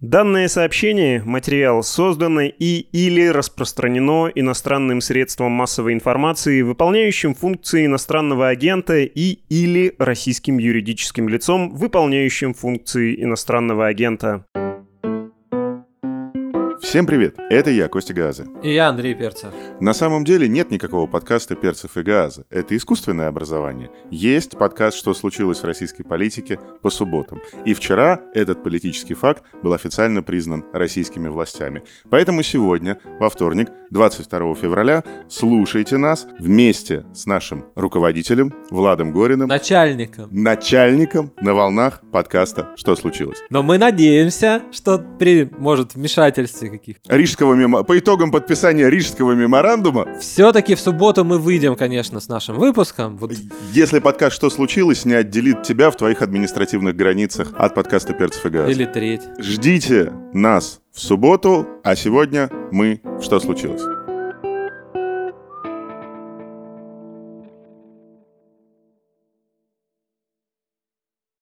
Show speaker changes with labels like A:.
A: Данное сообщение, материал создано и или распространено иностранным средством массовой информации, выполняющим функции иностранного агента и или российским юридическим лицом, выполняющим функции иностранного агента.
B: Всем привет! Это я, Костя Газа.
C: И я Андрей Перцев.
B: На самом деле нет никакого подкаста «Перцев и Газа». Это искусственное образование. Есть подкаст «Что случилось в российской политике» по субботам. И вчера этот политический факт был официально признан российскими властями. Поэтому сегодня, во вторник, 22 февраля, слушайте нас вместе с нашим руководителем Владом Гориным,
C: Начальником.
B: начальником на волнах подкаста «Что случилось?».
C: Но мы надеемся, что при, может, вмешательстве каких-то.
B: Рижского мемо... По итогам подписания Рижского меморандума
C: Все-таки в субботу мы выйдем, конечно, с нашим выпуском. Вот
B: Если подкаст «Что случилось?» не отделит тебя в твоих административных границах от подкаста «Перцев и Газ».
C: или треть.
B: Ждите нас в субботу, а сегодня мы в «Что случилось?».